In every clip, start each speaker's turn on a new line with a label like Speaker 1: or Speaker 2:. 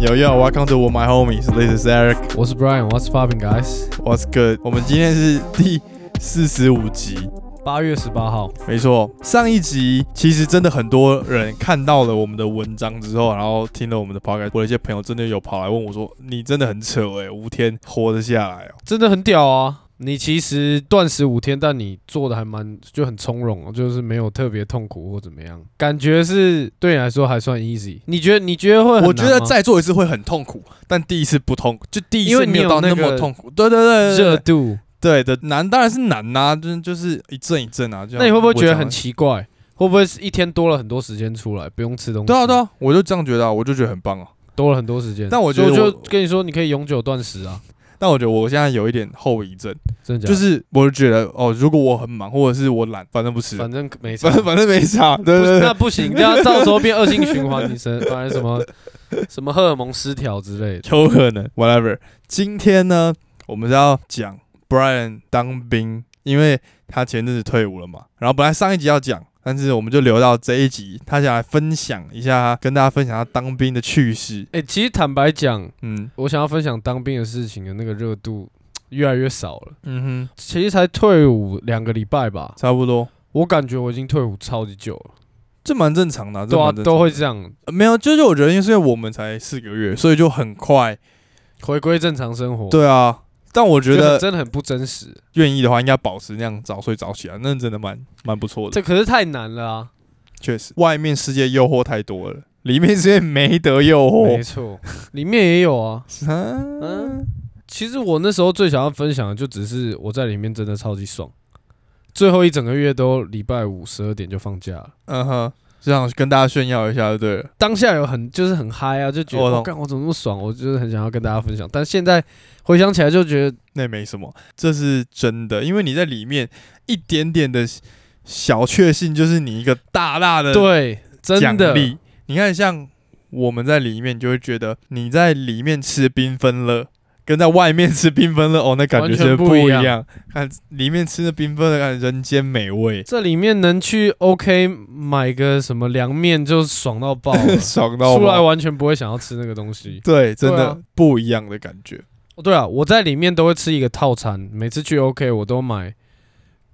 Speaker 1: Yo yo, welcome to my homies. This is Eric.
Speaker 2: 我是 Brian，我是 Popping Guys。
Speaker 1: What's good？我们今天是第四十五集，
Speaker 2: 八月十八号，
Speaker 1: 没错。上一集其实真的很多人看到了我们的文章之后，然后听了我们的 podcast，我的一些朋友真的有跑来问我说：“你真的很扯诶、五天活得下来哦。
Speaker 2: 真的很屌啊！你其实断食五天，但你做的还蛮就很从容哦，就是没有特别痛苦或怎么样，感觉是对你来说还算 easy。你觉得你觉得 会很
Speaker 1: 我觉
Speaker 2: 难啊
Speaker 1: 得
Speaker 2: 吗
Speaker 1: 再做一次会很痛苦，但第一次不痛，就第一
Speaker 2: 因
Speaker 1: 次
Speaker 2: 为你
Speaker 1: 没有
Speaker 2: 有
Speaker 1: 到那
Speaker 2: 那
Speaker 1: 么
Speaker 2: 个
Speaker 1: 痛苦。对对对对
Speaker 2: 热
Speaker 1: 对
Speaker 2: 度，
Speaker 1: 对的难当然是难呐、就是就是一阵一阵啊。就像
Speaker 2: 那你会不会觉得
Speaker 1: 我讲
Speaker 2: 很
Speaker 1: 的？
Speaker 2: 奇怪？会不会是一天多了很多时间出来，不用吃东西？
Speaker 1: 对啊对，啊，我就这样觉得啊，我就觉得很棒啊。
Speaker 2: 多了很多时间。
Speaker 1: 但我觉
Speaker 2: 所
Speaker 1: 得
Speaker 2: 以我
Speaker 1: 我
Speaker 2: 就跟你说，你可以永久断食啊，
Speaker 1: 但我觉得我现在有一点后遗症，
Speaker 2: 真的假
Speaker 1: 就
Speaker 2: 的？
Speaker 1: 是我就觉得哦，如果我很忙或者是我懒，反正不吃，
Speaker 2: 反正 没差
Speaker 1: 反。正啊反正没差，对
Speaker 2: 不是，
Speaker 1: 对对
Speaker 2: 那不行，这样到时候变恶性循环，你身反而什么什么荷尔蒙失调之类的。
Speaker 1: 有可能，whatever。今天呢，我们是要讲 Brian 当兵，因为他前阵子退伍了嘛，然后本来上一集要讲。但是我们就留到这一集，他想来分享一下，跟大家分享他当兵的趣事。
Speaker 2: 哎、其实坦白讲，
Speaker 1: 嗯
Speaker 2: 我想要分享当兵的事情的那个热度越来越少了。
Speaker 1: 嗯哼，
Speaker 2: 其实才退伍两个礼拜吧，
Speaker 1: 差不多，
Speaker 2: 我感觉我已经退伍超级久了。
Speaker 1: 这蛮正常的、啊，这
Speaker 2: 对啊，
Speaker 1: 蛮正常
Speaker 2: 都会这样
Speaker 1: 呃没有，就是我觉得，因为是因为我们才四个月，所以就很快。
Speaker 2: 回归正常生活。，
Speaker 1: 对啊，但我觉
Speaker 2: 觉
Speaker 1: 得
Speaker 2: 得真的很不真实。
Speaker 1: 愿意的话，应该保持那样早睡早起啊，那真的蛮蛮不错的。
Speaker 2: 这可是太难了啊！
Speaker 1: 确实，外面世界诱惑太多了，里面世界没得诱
Speaker 2: 没
Speaker 1: 惑。
Speaker 2: 错，里面也有啊。
Speaker 1: 嗯，
Speaker 2: 其实我那时候最想要分享的，就只是我在里面真的超级爽，最后一整个月都礼拜五十二点就放假了。
Speaker 1: 嗯哼，就想跟大家炫耀一下就对了。
Speaker 2: 当下有很就是很嗨啊，就觉得
Speaker 1: 我懂
Speaker 2: 我干、我怎么那么爽，我就是很想要跟大家分享。但现在回想起来就觉得
Speaker 1: 那没什么，这是真的，因为你在里面一点点的小确幸，就是你一个大大的
Speaker 2: 对，真
Speaker 1: 嗯奖
Speaker 2: 的
Speaker 1: 励。你看，像我们在里面，你就会觉得你在里面吃缤纷乐，跟在外面吃缤纷乐，哦，那感觉是
Speaker 2: 完全
Speaker 1: 不
Speaker 2: 不
Speaker 1: 一
Speaker 2: 一样
Speaker 1: 样。看里面吃的缤纷乐，看人间美 味，，
Speaker 2: 这里面能去 OK 买个什么凉面就爽到爆 了
Speaker 1: 爽到
Speaker 2: 出来
Speaker 1: 爆
Speaker 2: 完全不会想要吃那个东西。
Speaker 1: 对，真
Speaker 2: 对
Speaker 1: 的、
Speaker 2: 啊
Speaker 1: 不一样的感觉。
Speaker 2: 哦，对啊，我在里面都会吃一个套餐，每次去 OK 我都买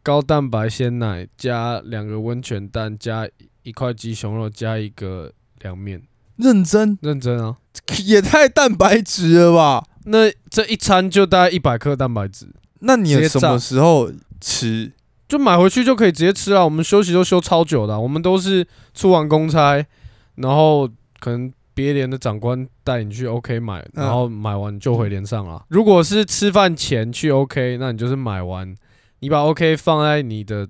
Speaker 2: 高蛋白鲜奶加两个温泉蛋加一块鸡胸肉加一个凉面，
Speaker 1: 认真
Speaker 2: 认真啊！
Speaker 1: 也太蛋白质了吧？
Speaker 2: 那这一餐就大概一百克蛋白质，
Speaker 1: 那你
Speaker 2: 直接
Speaker 1: 什
Speaker 2: 炸
Speaker 1: 么时候吃？
Speaker 2: 就买回去就可以直接吃啊。我们休息都休超久的啊、我们都是出完公差，然后可能别连的长官带你去 OK 买，
Speaker 1: 嗯
Speaker 2: 然后买完就回连上了。如果是吃饭前去 OK，那你就是买完，你把 OK 放在你的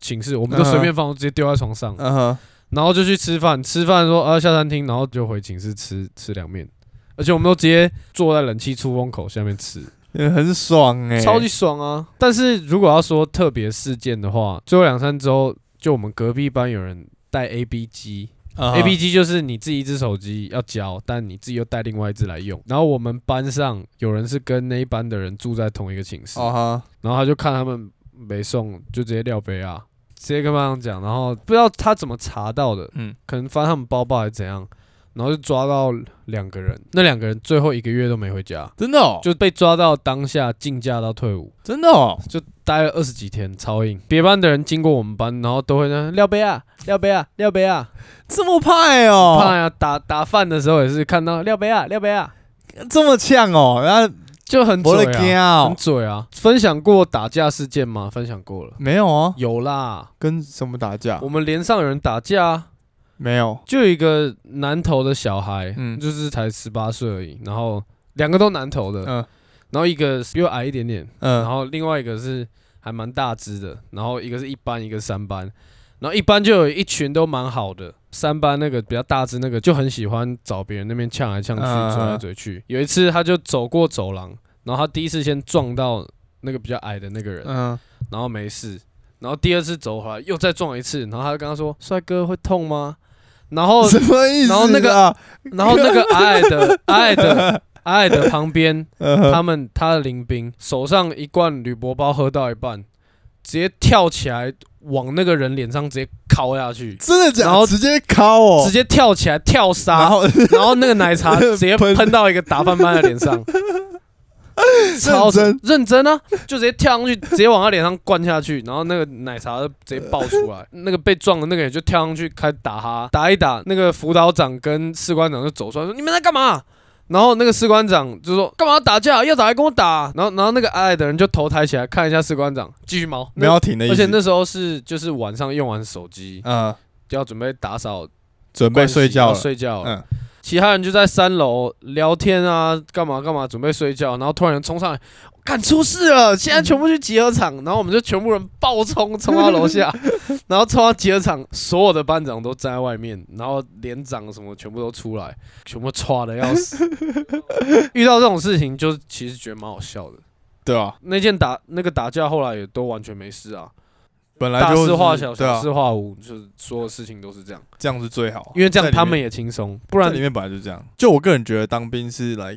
Speaker 2: 寝室，我们就
Speaker 1: 嗯哼
Speaker 2: 随便放，直接丢在床上，
Speaker 1: 嗯哼，
Speaker 2: 然后就去吃饭。吃饭说啊下餐厅，然后就回寝室吃吃凉面。而且我们都直接坐在冷气出风口下面吃，
Speaker 1: 也很爽哎、
Speaker 2: 超级爽啊！但是如果要说特别事件的话，最后两三周，就我们隔壁班有人带 A B 机、
Speaker 1: 啊哈
Speaker 2: a B 机就是你自己一只手机要交，但你自己又带另外一只来用。然后我们班上有人是跟那一班的人住在同一个寝室，
Speaker 1: 啊哈，
Speaker 2: 然后他就看他们没送，就直接撂杯啊，直接跟班上讲，然后不知道他怎么查到的，
Speaker 1: 嗯，
Speaker 2: 可能翻他们包包还是怎样，然后就抓到两个人，那两个人最后一个月都没回家，
Speaker 1: 真的哦，
Speaker 2: 就被抓到当下竞价到退伍。
Speaker 1: 真的哦，
Speaker 2: 就待了二十几天，超硬。别班的人经过我们班，然后都会呢廖杯啊，廖杯啊，廖杯啊。
Speaker 1: 这么派哦，
Speaker 2: 怕呀、打打饭的时候也是看到廖杯啊，廖杯啊，
Speaker 1: 这么呛哦，然后
Speaker 2: 就很
Speaker 1: 我的
Speaker 2: 嘴
Speaker 1: 天
Speaker 2: 啊，
Speaker 1: 啊
Speaker 2: 很，嘴啊。分享过打架事件吗？分享过了，
Speaker 1: 没有啊，
Speaker 2: 有啦。
Speaker 1: 跟什么打架
Speaker 2: 我？们连上有人打架、啊，
Speaker 1: 没有，
Speaker 2: 就有一个南投的小孩，
Speaker 1: 嗯
Speaker 2: 就是才十八岁而已，然后两个都南投的，
Speaker 1: 嗯
Speaker 2: 然后一个比我矮一点点，然
Speaker 1: 嗯，
Speaker 2: 后另外一个是还蛮大只的，然后一个是一班，一个是三班，然后一班就有一群都蛮好的，三班那个比较大只那个就很喜欢找别人那边呛来呛去，
Speaker 1: 嗯
Speaker 2: 嘴来嘴去。有一次他就走过走廊，然后他第一次先撞到那个比较矮的那个人，
Speaker 1: 嗯，
Speaker 2: 然后没事，然后第二次走回来又再撞一次，然后他就跟他说：“帅哥会痛吗？” 然 后
Speaker 1: 什么意思啊？
Speaker 2: 然后那个然后那个矮矮的矮矮的矮矮的旁边，
Speaker 1: 嗯哼，
Speaker 2: 哎他们他的林兵手上一罐铝箔包喝到一半，直接跳起来往那个人脸上直接敲下去，
Speaker 1: 真的假的？
Speaker 2: 然后
Speaker 1: 直接敲哦，
Speaker 2: 直接跳起来跳
Speaker 1: 然
Speaker 2: 杀，
Speaker 1: 后
Speaker 2: 然后那个奶茶直接
Speaker 1: 喷
Speaker 2: 喷到一个打翻班的 脸上，超
Speaker 1: 真
Speaker 2: 认真啊，就直接跳上去，直接往他脸上灌下去，然后那个奶茶就直接爆出来，那个被撞的那个也就跳上去开始打他，打一打，那个辅导长跟士官长就走出来说你们在干嘛？然后那个士官长就说：“干嘛要打架？要打还跟我打。”然后，然后那个矮矮的人就头抬起来看一下士官长，继续毛。
Speaker 1: 没有停的意思。
Speaker 2: 而且那时候是就是晚上用完手机，
Speaker 1: 嗯，
Speaker 2: 要准备打扫，
Speaker 1: 准备睡觉
Speaker 2: 要
Speaker 1: 了，
Speaker 2: 睡觉了。
Speaker 1: 嗯，
Speaker 2: 其他人就在三楼聊天啊，干嘛干嘛，准备睡觉，然后突然冲上来，干出事了！现在全部去集合场，然后我们就全部人暴冲，冲到 楼下，然后冲到集合场，所有的班长都站在外面，然后连长什么全部都出来，全部歘的 要死。遇到这种事情，就其实觉得蛮好笑的。
Speaker 1: 对啊，
Speaker 2: 那件打那个打架后来也都完全没事啊，
Speaker 1: 本来
Speaker 2: 大
Speaker 1: 就是
Speaker 2: 事化小，
Speaker 1: 对
Speaker 2: 小
Speaker 1: 啊，
Speaker 2: 事化无，就是所有事情都是这样，
Speaker 1: 这样是最好，啊
Speaker 2: 因为这
Speaker 1: 在
Speaker 2: 样
Speaker 1: 里面
Speaker 2: 他们也轻松，不
Speaker 1: 在
Speaker 2: 然
Speaker 1: 里面本来就这样。就我个人觉得当兵是来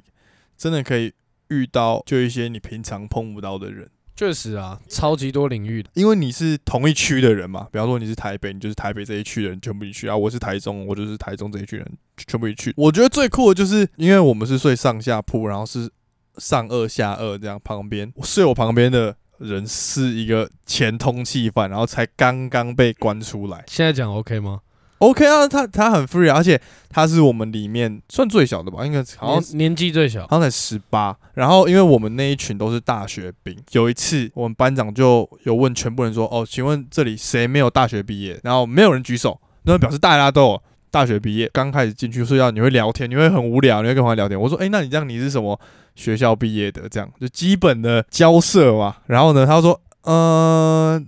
Speaker 1: 真的可以遇到就一些你平常碰不到的人。
Speaker 2: 确实啊，超级多领域的。
Speaker 1: 因为你是同一区的人嘛，比方说你是台北，你就是台北这一区的人全部一起去啊；我是台中，我就是台中这一区人全部一起去。我觉得最酷的就是，因为我们是睡上下铺，然后是上二下二这样，旁边睡我旁边的人是一个前通缉犯，然后才刚刚被关出来。
Speaker 2: 现在讲 OK 吗？
Speaker 1: OK 啊，他他很 free，、啊、而且他是我们里面算最小的吧，应该好像
Speaker 2: 年年纪最小，
Speaker 1: 好像才十八。然后因为我们那一群都是大学兵，有一次我们班长就有问全部人说：“哦，请问这里谁没有大学毕业？”然后没有人举手，那表示大家都有大学毕业。刚开始进去睡觉，你会聊天，你会很无聊，你会跟朋友聊天。我说：“哎、那你这样你是什么学校毕业的？”这样就基本的交涉嘛。然后呢，他说：“呃。”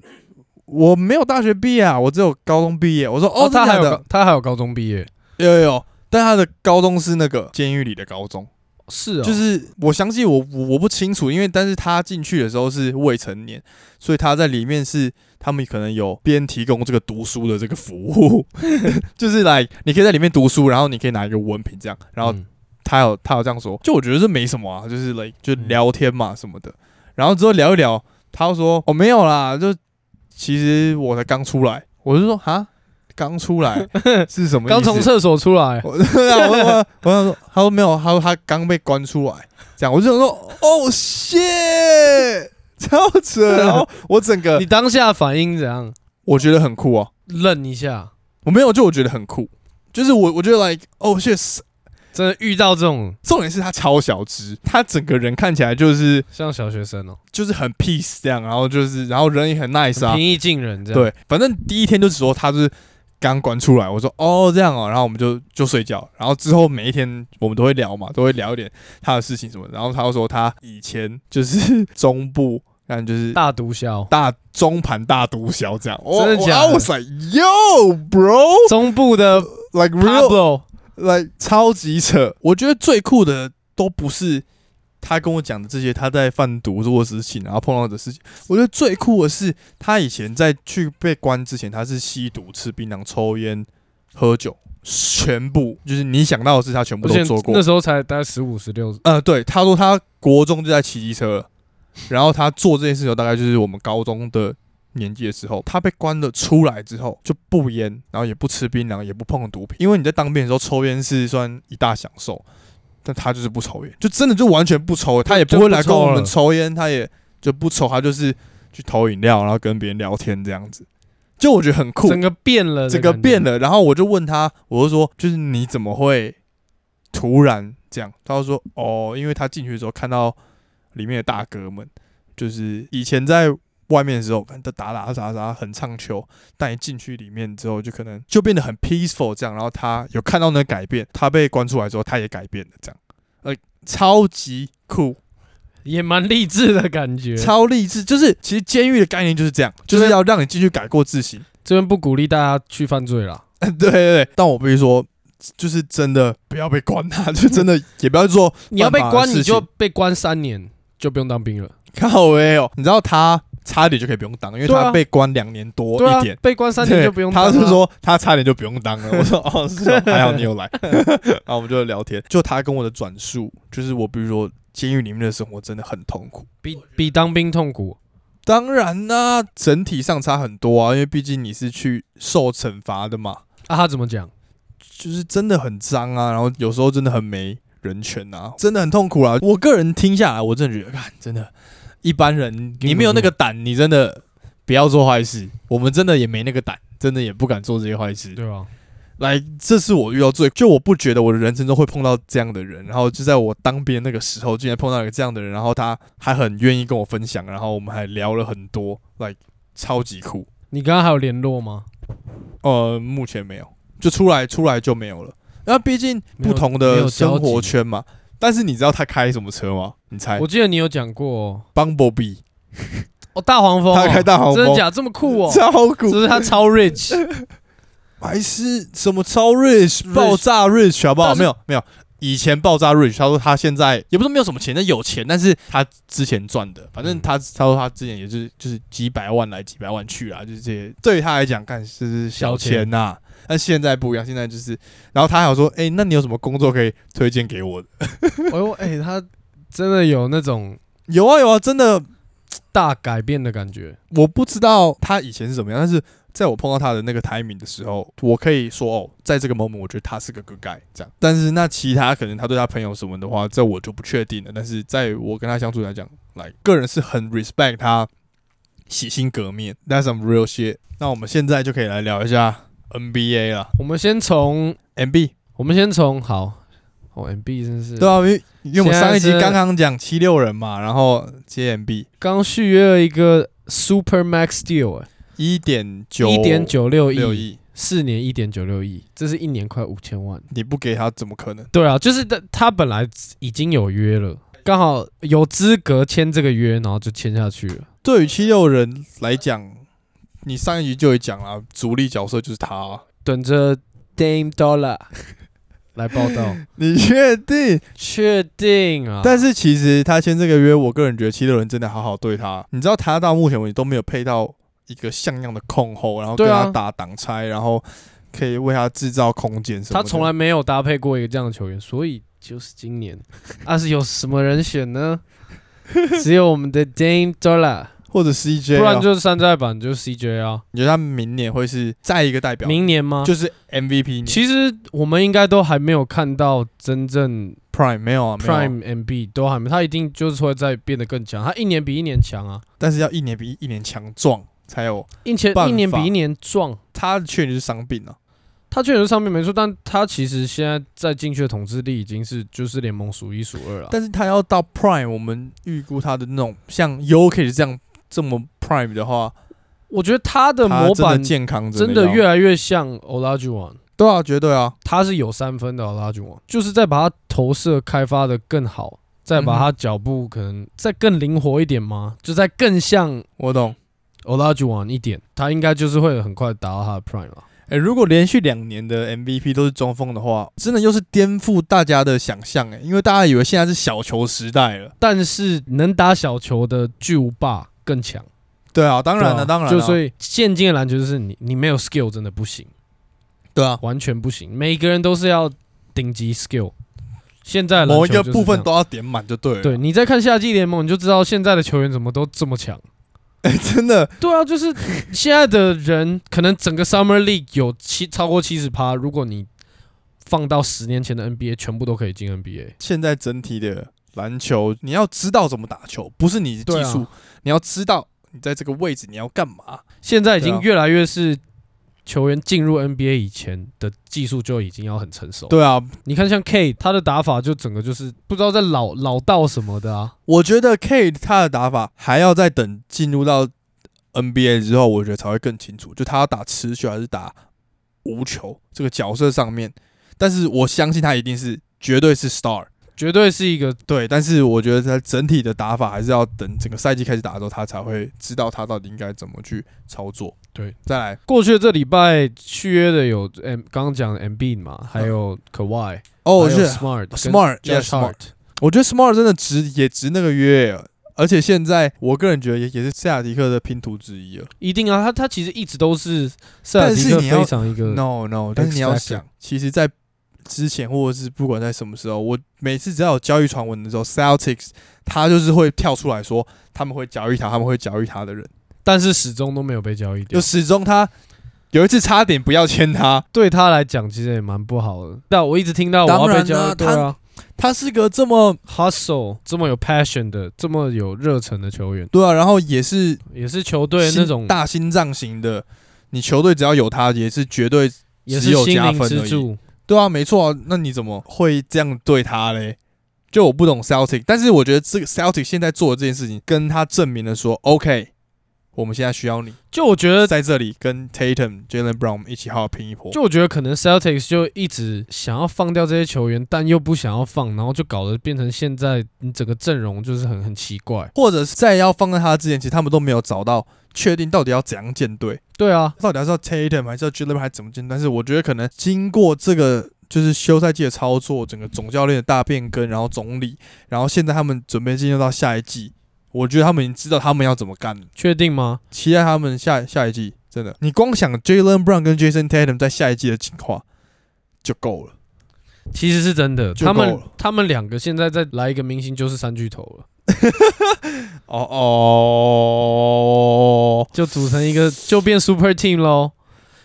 Speaker 1: 我没有大学毕业啊，我只有高中毕业。我说哦，
Speaker 2: 他还
Speaker 1: 真
Speaker 2: 有
Speaker 1: 的假的
Speaker 2: 高他还有高中毕业，
Speaker 1: 有有有，但他的高中是那个监狱里的高中。
Speaker 2: 是啊，
Speaker 1: 就是我详细我我我不清楚，因为但是他进去的时候是未成年，所以他在里面是他们可能有边提供这个读书的这个服务， 就是来你可以在里面读书，然后你可以拿一个文凭这样，然后
Speaker 2: 嗯
Speaker 1: 他有他有这样说，就我觉得这没什么啊，就是来就
Speaker 2: 嗯
Speaker 1: 聊天嘛什么的，然后之后聊一聊，他又说哦没有啦，就其实我才刚出来，我就说哈刚出 来是什么意思？
Speaker 2: 刚从厕所出 来，
Speaker 1: 我对啊，我我我想说，他说没有，他说他刚被关出来，这样我就想说， 哦 shit，超扯，然后我整个
Speaker 2: 你当下反应怎样？
Speaker 1: 我觉得很酷哦，
Speaker 2: 愣一下，
Speaker 1: 我没有，就我觉得很酷，就是我我觉得 like 哦 shit，
Speaker 2: 真的遇到这种
Speaker 1: 重点是他超小只，他整个人看起来就是
Speaker 2: 像小学生哦，
Speaker 1: 就是很 peace 这样，然后就是然后人也很 nice
Speaker 2: 很
Speaker 1: 啊，
Speaker 2: 平易近人这样。，
Speaker 1: 对，反正第一天就只说他是刚关出来，我说哦这样哦，然后我们就就睡觉，然后之后每一天我们都会聊嘛，都会聊一点他的事情什么的，然后他又说他以前就是中部，然后就是
Speaker 2: 大毒枭，
Speaker 1: 大中盘大毒枭这样，哦
Speaker 2: 真的假的
Speaker 1: 我 was like yo bro
Speaker 2: 中部的
Speaker 1: like real
Speaker 2: Pablo，
Speaker 1: like 超级扯，我觉得最酷的都不是。他跟我讲的这些，他在贩毒做的事情，然后碰到的事情，我觉得最酷的是，他以前在去被关之前，他是吸毒、吃槟榔、抽烟、喝酒，全部就是你想到的事，他全部
Speaker 2: 而
Speaker 1: 都
Speaker 2: 且
Speaker 1: 做
Speaker 2: 那
Speaker 1: 过。
Speaker 2: 时候才大概十五十六，
Speaker 1: 呃，对，他说他国中就在骑机车了，然后他做这件事情大概就是我们高中的年纪的时候，他被关了出来之后就不烟，然后也不吃槟榔，也不碰毒品，因为你在当兵的时候抽烟是算一大享受，但他就是不抽烟，就真的就完全不抽，他也不会来跟我们抽烟，他也就不抽，他就是去投饮料，然后跟别人聊天这样子，就我觉得很酷，
Speaker 2: 整个变了，
Speaker 1: 这个变
Speaker 2: 了，
Speaker 1: 了，然后我就问他，我就说，就是你怎么会突然这样？他就说，哦，因为他进去的时候看到里面的大哥们，就是以前在外面的时候，看他打打杀杀很唱秋，但一进去里面之后，就可能就变得很 peaceful 这样。然后他有看到那个改变，他被关出来之后，他也改变了这样，呃，超级酷，
Speaker 2: 也蛮励志的感觉。
Speaker 1: 超励志。就是其实监狱的概念就是这样，就是要让你进去改过自新。
Speaker 2: 这边不鼓励大家去犯罪啦，
Speaker 1: 对对对，但我必须说，就是真的不要被关啊， 就真的也不要做
Speaker 2: 你要被
Speaker 1: 犯法的
Speaker 2: 关
Speaker 1: 事
Speaker 2: 你就
Speaker 1: 情
Speaker 2: 被关三年，就不用当兵了。
Speaker 1: 靠威哦。你知道他差点就可以不用当，因为
Speaker 2: 对啊
Speaker 1: 他被关两年多
Speaker 2: 对啊
Speaker 1: 一点，。
Speaker 2: 被关三年就不用
Speaker 1: 对
Speaker 2: 当了。
Speaker 1: 他是说他差点就不用当了。我 说哦，是哦，还好你有来。 然后我们就聊天，就他跟我的转述，就是我比如说监狱里面的生活真的很痛苦。
Speaker 2: 比比当兵痛苦，
Speaker 1: 当然啦、整体上差很多啊，因为毕竟你是去受惩罚的嘛，
Speaker 2: 啊，他怎么讲？
Speaker 1: 就是真的很脏啊，然后有时候真的很没人权啊，真的很痛苦啊。我个人听下来，我真的觉得，看真的，一般人你没有那个胆，你真的不要做坏事。我们真的也没那个胆，真的也不敢做这些坏事。
Speaker 2: 对啊吧？
Speaker 1: 来，这是我遇到最就我不觉得我的人生中会碰到这样的人，然后就在我当兵那个时候，竟然碰到一个这样的人，然后他还很愿意跟我分享，然后我们还聊了很多，like 超级酷。
Speaker 2: 你刚刚还有联络吗？
Speaker 1: 呃，目前没有，就出来出来就没有了。那毕竟
Speaker 2: 没有
Speaker 1: 不同
Speaker 2: 没有
Speaker 1: 的
Speaker 2: 交
Speaker 1: 生活
Speaker 2: 集
Speaker 1: 圈嘛。但是你知道他开什么车吗？你猜
Speaker 2: 我记得你有讲过哦
Speaker 1: ？Bumblebee，
Speaker 2: 哦，大黄蜂哦，
Speaker 1: 他开大黄蜂，
Speaker 2: 真的假？这么 酷哦，
Speaker 1: 超
Speaker 2: 是
Speaker 1: 酷，
Speaker 2: 不是他超 rich？
Speaker 1: 还是什么超 rich
Speaker 2: Rich
Speaker 1: 爆炸 rich 好不好？
Speaker 2: 但是
Speaker 1: 没有没有，以前爆炸 rich，他说他现在也不是没有什么钱，但有钱，但是他之前赚的，反正
Speaker 2: 嗯
Speaker 1: 他他说他之前也是就是几百万来几百万去啦，就是这些对于他来讲，干是小
Speaker 2: 小钱
Speaker 1: 钱呐、啊但现在不一样，现在就是，然后他还有说，哎、那你有什么工作可以推荐给我的？
Speaker 2: 哎呦，哎，他真的有那种
Speaker 1: 有啊有啊，真的
Speaker 2: 大改变的感觉。
Speaker 1: 我不知道他以前是怎么样，但是在我碰到他的那个 timing 的时候，我可以说哦，在这个 moment 我觉得他是个 good guy 这样。但是那其他可能他对他朋友什么的话，这我就不确定了。但是在我跟他相处来讲，来个人是很 respect 他洗心革面，that's some real shit。那我们现在就可以来聊一下 NBA 了
Speaker 2: 我们先从，
Speaker 1: ，MB
Speaker 2: 我们先从好，哦，MB 真是
Speaker 1: 对啊，因为因为我们上一集
Speaker 2: 现在是
Speaker 1: 刚刚讲七六人嘛，然后接 MB
Speaker 2: 刚续约了一个 Super Max Deal，
Speaker 1: 一点九
Speaker 2: 一点九六
Speaker 1: 六
Speaker 2: 亿，
Speaker 1: 亿，
Speaker 2: 四年一点九六亿，这是一年快五千万。
Speaker 1: 你不给他怎么可能？
Speaker 2: 对啊，就是他他本来已经有约了，刚好有资格签这个约，然后就签下去了。
Speaker 1: 对于七六人来讲，你上一集就有讲了，主力角色就是他、
Speaker 2: 等着 Dame Dollar 来报道，
Speaker 1: 你确定？
Speaker 2: 确定啊？
Speaker 1: 但是其实他签这个约，我个人觉得七六人真的好好对他。你知道他到目前为止都没有配到一个像样的控后，然后跟
Speaker 2: 对啊
Speaker 1: 他打挡拆，然后可以为他制造空间什么
Speaker 2: 他
Speaker 1: 的。
Speaker 2: 从来没有搭配过一个这样的球员，所以就是今 年，啊是有什么人选 呢？只有我们的 Dame Dollar，
Speaker 1: 或者 CJ，、
Speaker 2: 不
Speaker 1: 啊、
Speaker 2: 然就是山寨版，就是 CJ 啊。
Speaker 1: 你觉得他明年会是再一个代表，
Speaker 2: 明年吗？
Speaker 1: 就是 MVP 年
Speaker 2: 其实我们应该都还没有看到真正
Speaker 1: Prime 没有啊没有啊
Speaker 2: Prime MB 都还没，他一定就是会再变得更强，他一年比一年强啊，
Speaker 1: 但是要一年比一年强壮才有。
Speaker 2: 一前
Speaker 1: 办法
Speaker 2: 一年比一年壮。
Speaker 1: 他确实是伤病啊，
Speaker 2: 他确实上面没错，但他其实现在在禁区的统治力已经是就是联盟数一数二了。
Speaker 1: 但是他要到 Prime，我们预估他的那种像 UK 这样这么 Prime 的话，
Speaker 2: 我觉得他的
Speaker 1: 他
Speaker 2: 模
Speaker 1: 真的
Speaker 2: 板
Speaker 1: 健康
Speaker 2: 真
Speaker 1: 的
Speaker 2: 的
Speaker 1: 要
Speaker 2: 越来越像 Olajuwon，
Speaker 1: 对啊，绝对啊，
Speaker 2: 他是有三分的 Olajuwon，就是再把他投射开发的更好，再把
Speaker 1: 嗯
Speaker 2: 他脚步可能再更灵活一点吗？就再更像
Speaker 1: 我懂。
Speaker 2: Olajuwon 一点，他应该就是会很快达到他的 prime 啊了。
Speaker 1: 哎、如果连续两年的 MVP 都是中锋的话，真的又是颠覆大家的想象哎、因为大家以为现在是小球时代了。
Speaker 2: 但是能打小球的巨无霸更强，
Speaker 1: 对啊，当然了，
Speaker 2: 对啊
Speaker 1: 当然了，
Speaker 2: 就所以现今的篮球就是你你没有 skill 真的不行，
Speaker 1: 对啊，
Speaker 2: 完全不行。每个人都是要顶级 skill。现在的篮球
Speaker 1: 某一个
Speaker 2: 就是
Speaker 1: 部分
Speaker 2: 这样
Speaker 1: 都要点满就对了。
Speaker 2: 对，你再看夏季联盟，你就知道现在的球员怎么都这么强。
Speaker 1: 哎、 真的，
Speaker 2: 对啊，就是现在的人可能整个 Summer League 有七超过七十趴，如果你放到十年前的 NBA，全部都可以进 NBA。
Speaker 1: 现在整体的篮球，你要知道怎么打球，不是你的技
Speaker 2: 啊
Speaker 1: 术，你要知道你在这个位置你要干嘛。
Speaker 2: 现在已
Speaker 1: 对
Speaker 2: 经
Speaker 1: 啊
Speaker 2: 越来越是球员进入 NBA 以前的技术就已经要很成熟。
Speaker 1: 对啊，
Speaker 2: 你看像 K，他的打法就整个就是不知道在老老到什么的啊。
Speaker 1: 我觉得 K 他的打法还要再等进入到 NBA 之后，我觉得才会更清楚，就他要打持球还是打无球这个角色上面。但是我相信他一定是绝对是 star，
Speaker 2: 绝对是一个
Speaker 1: 对。但是我觉得他整体的打法还是要等整个赛季开始打之后，他才会知道他到底应该怎么去操作。
Speaker 2: 对，
Speaker 1: 再来
Speaker 2: 过去的这礼拜续约的有 M，刚刚讲 M B 嘛，还有 Kawhi，
Speaker 1: 哦，
Speaker 2: 还有
Speaker 1: 是
Speaker 2: Smart 跟
Speaker 1: Smart，yeah
Speaker 2: Josh
Speaker 1: Smart，
Speaker 2: Hart，
Speaker 1: 我觉得 Smart 真的值也值那个约，而且现在我个人觉得也也是塞尔迪克的拼图之一了。
Speaker 2: 一定啊，他他其实一直都是塞尔
Speaker 1: 但
Speaker 2: 迪
Speaker 1: 是
Speaker 2: 克
Speaker 1: 你要
Speaker 2: 非常一个
Speaker 1: No No，但是你要
Speaker 2: factor
Speaker 1: 想，其实，在之前或者是不管在什么时候，我每次只要有交易传闻的时候，Celtics 他就是会跳出来说他们会交易他，他们会交易他的人，
Speaker 2: 但是始终都没有被交易
Speaker 1: 就
Speaker 2: 掉。
Speaker 1: 始终他有一次差点不要签他，
Speaker 2: 对他来讲，其实也蛮不好的。但我一直听到我
Speaker 1: 当
Speaker 2: 要被
Speaker 1: 然
Speaker 2: 交
Speaker 1: 啦
Speaker 2: 易，对
Speaker 1: 他
Speaker 2: 啊
Speaker 1: 他是个这么
Speaker 2: ，hustle 这么有 passion 的，这么有热忱的球员，
Speaker 1: 对啊，然后也是
Speaker 2: 也是球队
Speaker 1: 心
Speaker 2: 那种，
Speaker 1: 大心脏型的，你球队只要有他，也是绝对
Speaker 2: 也
Speaker 1: 只
Speaker 2: 是
Speaker 1: 有
Speaker 2: 心
Speaker 1: 加
Speaker 2: 灵
Speaker 1: 分而
Speaker 2: 支
Speaker 1: 已
Speaker 2: 柱。
Speaker 1: 对啊，没错啊，那你怎么会这样对他嘞？就我不懂 Celtic，但是我觉得这个 Celtic 现在做的这件事情，跟他证明了说，OK，我们现在需要你
Speaker 2: 就我觉得，
Speaker 1: 在这里跟 Tatum、Jalen Brown 一起好好拼一波。
Speaker 2: 就我觉得可能 Celtics 就一直想要放掉这些球员，但又不想要放，然后就搞得变成现在你整个阵容就是很很奇怪。
Speaker 1: 或者是在要放在他之前，其实他们都没有找到确定到底要怎样建队，
Speaker 2: 对啊，
Speaker 1: 到底要是要 Tatum 还是要 Jalen Brown 还是怎么建。但是我觉得可能经过这个就是休赛季的操作，整个总教练的大变更，然后总理，然后现在他们准备进入到下一季，我觉得他们已经知道他们要怎么干了。
Speaker 2: 确定吗？
Speaker 1: 期待他们下下一季。真的，你光想 Jalen Brown 跟 Jason Tatum 在下一季的情况就够了。
Speaker 2: 其实是真的，
Speaker 1: 就
Speaker 2: 他们
Speaker 1: 够了
Speaker 2: 他们两个现在再来一个明星就是三巨头了，
Speaker 1: 哦哦，
Speaker 2: 就组成一个就变 Super Team 喽。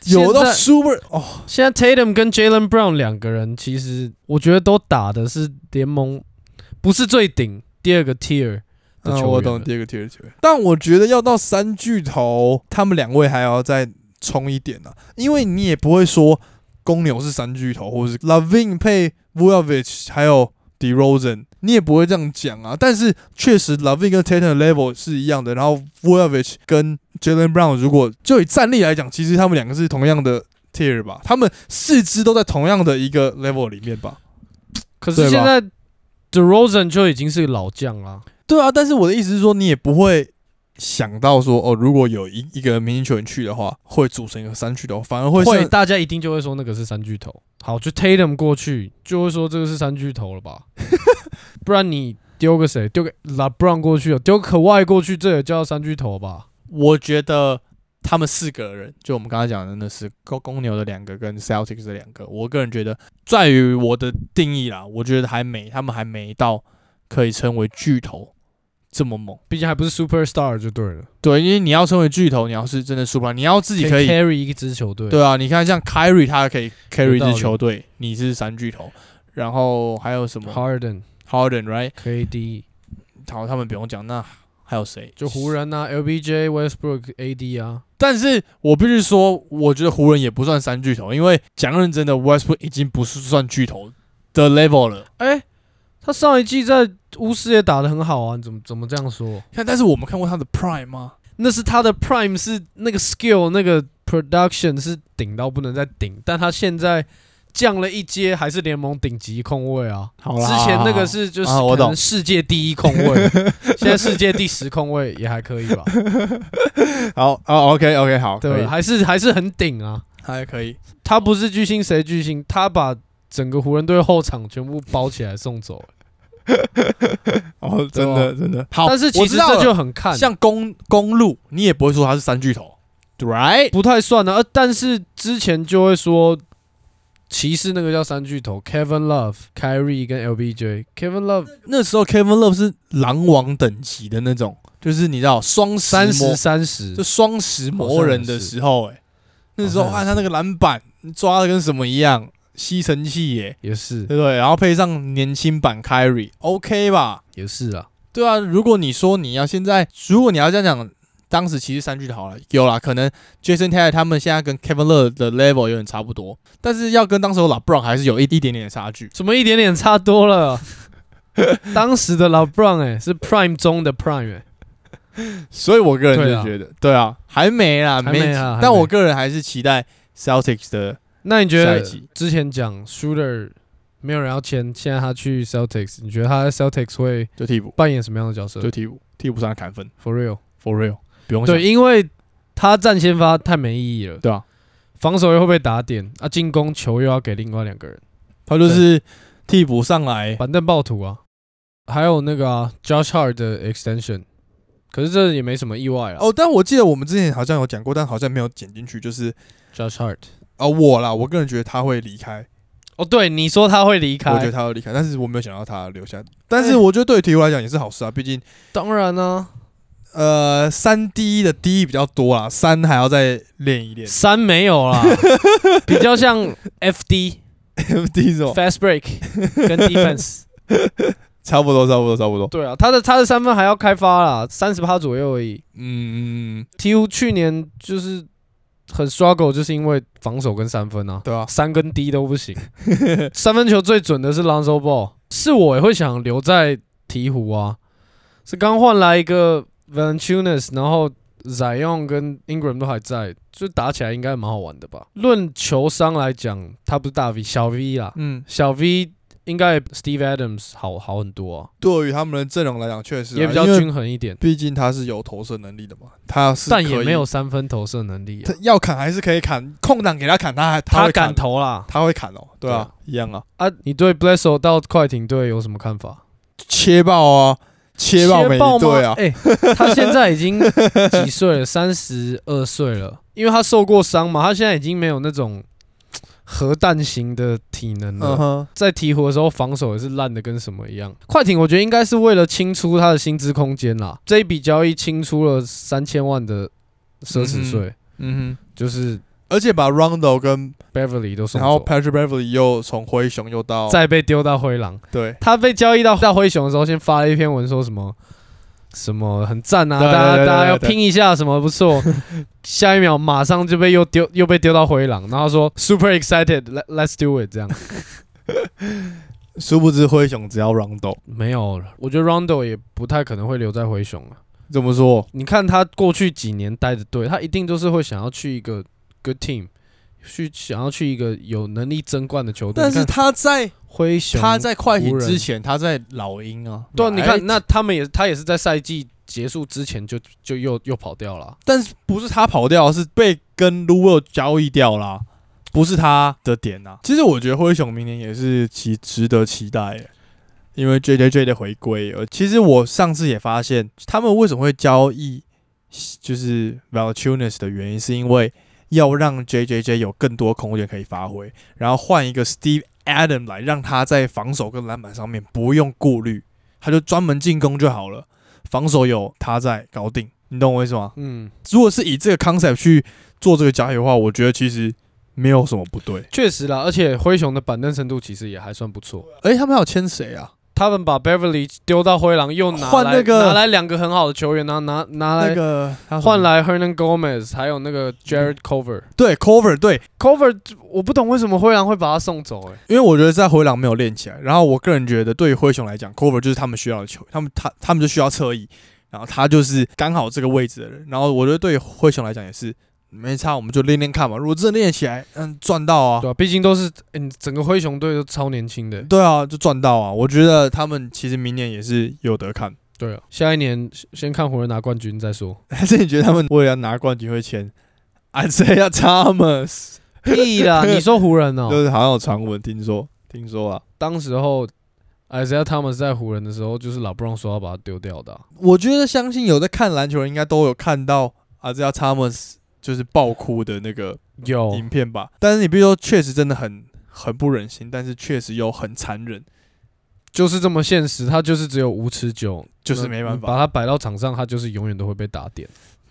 Speaker 1: 有到
Speaker 2: 现在
Speaker 1: Super 哦，
Speaker 2: 现在 Tatum 跟 Jalen Brown 两个人，其实我觉得都打的是联盟不是最顶第二个 tier 的球员
Speaker 1: 嗯，
Speaker 2: 了、
Speaker 1: 我懂第二个 tier 的球员，但我觉得要到三巨头，他们两位还要再冲一点呢、啊，因为你也不会说公牛是三巨头，或者是 Lavin 配 Vujovic 还有 DeRozan，你也不会这样讲啊。但是确实 Lavin 跟 Tatum 的 level 是一样的，然后 Vujovic 跟 Jalen Brown 如果就以战力来讲，其实他们两个是同样的 tier 吧，他们四支都在同样的一个 level 里面吧。
Speaker 2: 可
Speaker 1: 对
Speaker 2: 是
Speaker 1: 吧
Speaker 2: 现在 DeRozan 就已经是老将啦，
Speaker 1: 对啊，但是我的意思是说，你也不会想到说，哦，如果有一一个明星球员去的话，会组成一个三巨头，反而会
Speaker 2: 会
Speaker 1: 像
Speaker 2: 大家一定就会说那个是三巨头。好，就 Tatum 过去就会说这个是三巨头 了吧？不然你丢个谁？丢个 LeBron 过去哦，丢个 Kawhi 过去，这也叫三巨头吧？
Speaker 1: 我觉得他们四个人，就我们刚才讲的那是公公牛的两个跟 Celtics 的两个，我个人觉得，在于我的定义啦，我觉得还没他们还没到可以称为巨头这么猛。
Speaker 2: 毕竟还不是 Superstar 就对了，
Speaker 1: 对，因为你要成为巨头，你要是真的 super，你要自己可以
Speaker 2: carry 一支球队。
Speaker 1: 对啊，你看像 Kyrie 他可以 carry 一
Speaker 2: 道理
Speaker 1: 支球队，你是三巨头，然后还有什么？
Speaker 2: ，Harden、
Speaker 1: Harden right，
Speaker 2: KD
Speaker 1: 好，他们不用讲，那还有谁？
Speaker 2: 就湖人 啊，LBJ、Westbrook、AD 啊，
Speaker 1: 但是我必须说，我觉得湖人也不算三巨头，因为讲认真的，Westbrook 已经不是算巨头的 level 了。
Speaker 2: 哎、他上一季在巫师也打得很好啊，你怎么怎么这样说？
Speaker 1: 看，但是我们看过他的 prime 吗？
Speaker 2: 那是他的 prime 是那个 skill 那个 production 是顶到不能再顶，但他现在降了一阶，还是联盟顶级控卫啊。
Speaker 1: 好
Speaker 2: 之前那个是就是
Speaker 1: 啊我
Speaker 2: 可
Speaker 1: 懂
Speaker 2: 能世界第一控 卫，现在世界第十控卫也还可以吧？
Speaker 1: 好哦，OK OK 好，
Speaker 2: 对吧，还是还是很顶啊。
Speaker 1: 还可以。
Speaker 2: 他不是巨星谁巨星，他把整个湖人队后场全部包起来送走。
Speaker 1: 哦，
Speaker 2: 真的
Speaker 1: 真的好，
Speaker 2: 但是其
Speaker 1: 我
Speaker 2: 实
Speaker 1: 知道
Speaker 2: 这
Speaker 1: 了
Speaker 2: 就很看，
Speaker 1: 像公公路，你也不会说他是三巨头，right？
Speaker 2: 不太算啊。呃但是之前就会说，骑士那个叫三巨头：Kevin Love、Kyrie 跟 LBJ。Kevin Love
Speaker 1: 那时候 Kevin Love 是狼王等级的那种，就是你知道双十
Speaker 2: 三
Speaker 1: 魔
Speaker 2: 十三
Speaker 1: 就
Speaker 2: 十，
Speaker 1: 双十魔人的时候、欸，哎，那时候
Speaker 2: 好像
Speaker 1: 看
Speaker 2: 是
Speaker 1: 他那个篮板抓的跟什么一样，吸尘器耶、
Speaker 2: 也是
Speaker 1: 对不对？然后配上年轻版 Kyrie，OK、吧？
Speaker 2: 也是啊。
Speaker 1: 对啊，如果你说你要现在，如果你要这样讲，当时其实三巨头了，有啦，可能 Jason Taylor 他们现在跟 Kevin Love 的 level 有点差不多，但是要跟当时候 LeBron 还是有一一点点的差距。
Speaker 2: 怎么一点点差多 了？当时的老 Brown 哎、是 Prime 中的 Prime 哎、
Speaker 1: 所以我个人
Speaker 2: 对
Speaker 1: 就
Speaker 2: 啊
Speaker 1: 觉得，对啊，还没啦，
Speaker 2: 还没啊还
Speaker 1: 但
Speaker 2: 没
Speaker 1: 我个人还是期待 Celtics 的
Speaker 2: 那你觉
Speaker 1: 下
Speaker 2: 得
Speaker 1: 一集
Speaker 2: 之前讲 Shooter 没有人要签，现在他去 Celtics，你觉得他在 Celtics 会
Speaker 1: 就替补，
Speaker 2: 扮演什么样的角色
Speaker 1: 就替补，替补上来砍分
Speaker 2: ？For real？
Speaker 1: ，for real，不用想
Speaker 2: 对，因为他站先发太没意义了，
Speaker 1: 对啊，
Speaker 2: 防守又会被打点啊，进攻球又要给另外两个人，
Speaker 1: 他就是替补上来，
Speaker 2: 板凳暴徒啊，还有那个啊 Josh 啊 Hart 的 extension 可是这也没什么意外了。啊
Speaker 1: 哦，但我记得我们之前好像有讲过，但好像没有剪进去。就是
Speaker 2: ，Josh Hart。
Speaker 1: 啊、我啦，我个人觉得他会离开，
Speaker 2: 哦，对，你说他会离
Speaker 1: 我觉得
Speaker 2: 开，
Speaker 1: 他会离开，但是我没有想到他留下。但是我觉得对于鹈鹕来讲也是好事啊，毕竟
Speaker 2: 当然啊呢、
Speaker 1: 呃三 D 的 D 比较多啦，三还要再练一练。
Speaker 2: 三没有 啦，比较像 FD
Speaker 1: FD 这种
Speaker 2: fast break 跟 defense。
Speaker 1: 差不多，差不多，差不多。
Speaker 2: 对啊，他的他的三分还要开发啦，三十趴左右而已。
Speaker 1: 嗯，嗯嗯
Speaker 2: T U 去年就是很 struggle，就是因为防守跟三分啊，
Speaker 1: 对啊，
Speaker 2: 三跟低都不行。 三分球最准的是 Lonzo Ball，是我也会想留在鹈鹕啊。是刚换来一个 Valanciunas，然后 Zion 跟 Ingram 都还在，就打起来应该蛮好玩的吧。论球商来讲，他不是大 V，小 V 啦，
Speaker 1: 嗯，
Speaker 2: 小 V 应该也比 Steve Adams 好好很多啊，
Speaker 1: 对于他们的阵容来讲，确实啊
Speaker 2: 也比较，
Speaker 1: 因为
Speaker 2: 均衡一点，
Speaker 1: 毕竟他是有投射能力的嘛，他是
Speaker 2: 但
Speaker 1: 可
Speaker 2: 也
Speaker 1: 以
Speaker 2: 没有三分投射能力、
Speaker 1: 他
Speaker 2: 啊。
Speaker 1: 要砍还是可以砍，空档给他砍，他还他
Speaker 2: 他
Speaker 1: 会
Speaker 2: 敢
Speaker 1: 砍，
Speaker 2: 投啦
Speaker 1: 他会砍哦，对啊，一样啊，
Speaker 2: 啊！你对 Blesso 到快艇队有什么看法？
Speaker 1: 切爆啊，切爆每一
Speaker 2: 吗
Speaker 1: 队啊，
Speaker 2: 哎、他现在已经几岁了？ 三十二岁了，因为他受过伤嘛，他现在已经没有那种核弹型的体能了。
Speaker 1: 嗯哼，
Speaker 2: 在鹈鹕的时候，防守也是烂的跟什么一样。快艇我觉得应该是为了清出他的薪资空间啦，这一笔交易清出了三千万的奢侈税，
Speaker 1: 嗯哼，
Speaker 2: 就是
Speaker 1: 而且把 Rondo 跟
Speaker 2: Beverly 都送
Speaker 1: 然后
Speaker 2: 走，
Speaker 1: Patrick Beverly 又从灰熊又到
Speaker 2: 再被丢到灰狼。
Speaker 1: 对，
Speaker 2: 他被交易到到灰熊的时候，先发了一篇文说什么什么很赞啊，
Speaker 1: 对
Speaker 2: 大
Speaker 1: 对
Speaker 2: 家
Speaker 1: 对
Speaker 2: 大家要
Speaker 1: 对对
Speaker 2: 拼一下，什么不 错。下一秒马上就被又丢又被丢到灰狼，然后说 super excited，let let's do it 这样。
Speaker 1: 殊不知灰熊只要 Rondo
Speaker 2: 没有了，我觉得 Rondo 也不太可能会留在灰熊啊。
Speaker 1: 怎么说？
Speaker 2: 你看他过去几年待的队，他一定都是会想要去一个 good team，去想要去一个有能力争冠的球队。
Speaker 1: 但是
Speaker 2: 你看
Speaker 1: 他在
Speaker 2: 灰熊，
Speaker 1: 他在快艇
Speaker 2: 湖人
Speaker 1: 之前，他在老鹰啊，
Speaker 2: 对啊，你看
Speaker 1: 哎
Speaker 2: 那他们也他也是在赛季结束之前就就又又跑掉了啊。
Speaker 1: 但是不是他跑掉，是被跟 l u w i l 交易掉啦，不是他的点啊。其实我觉得灰熊明年也是其值得期待耶，因为 J J J 的回归。呃，其实我上次也发现，他们为什么会交易就是 Valachunas 的原因，是因为要让 J J J 有更多空间可以发挥，然后换一个 Steve Adam 来，让他在防守跟篮板上面不用顾虑，他就专门进攻就好了，防守有他在搞定。你懂我意思吗？
Speaker 2: 嗯，
Speaker 1: 如果是以这个 concept 去做这个交易的话，我觉得其实没有什么不对。
Speaker 2: 确实啦，而且灰熊的板凳深度其实也还算不错。
Speaker 1: 诶，他们还有签谁啊？
Speaker 2: 他们把 Beverly 丢到灰狼，又拿
Speaker 1: 换
Speaker 2: 来
Speaker 1: 那个
Speaker 2: 拿来两个很好的球员，拿拿拿
Speaker 1: 那
Speaker 2: 来
Speaker 1: 个他什么
Speaker 2: 换来 Hernan Gomez，还有那个 Jared Cover。
Speaker 1: 对 cover 对，
Speaker 2: Cover 我不懂为什么灰狼会把他送走、欸，
Speaker 1: 因为我觉得在灰狼没有练起来。然后我个人觉得，对于灰熊来讲，cover 就是他们需要的球，他们他他们就需要侧翼，然后他就是刚好这个位置的人。然后我觉得对于灰熊来讲也是没差，我们就练练看嘛。如果真的练起来，嗯，赚到啊
Speaker 2: 对，吧、毕竟都是欸你整个灰熊队都超年轻的、欸
Speaker 1: 对啊，就赚到啊。我觉得他们其实明年也是有得看。
Speaker 2: 对啊，下一年先看湖人拿冠军再说。
Speaker 1: 但是你觉得他们为了要拿冠军会签 Isaiah Thomas？
Speaker 2: 屁啦， 你说湖人哦、
Speaker 1: 就是好像有传闻，听说听说啊。
Speaker 2: 当时候 Isaiah Thomas 在湖人的时候，就是老布朗说要把他丢掉的啊、
Speaker 1: 我觉得相信有在看篮球人应该都有看到啊阿兹亚查莫斯就是爆哭的那个
Speaker 2: 有
Speaker 1: 影片吧。但是你必须说，确实真的很很不忍心，但是确实又很残忍。
Speaker 2: 就是这么现实，他就是只有无持久，
Speaker 1: 就是没办法
Speaker 2: 那你把他摆到场上，他就是永远都会被打点。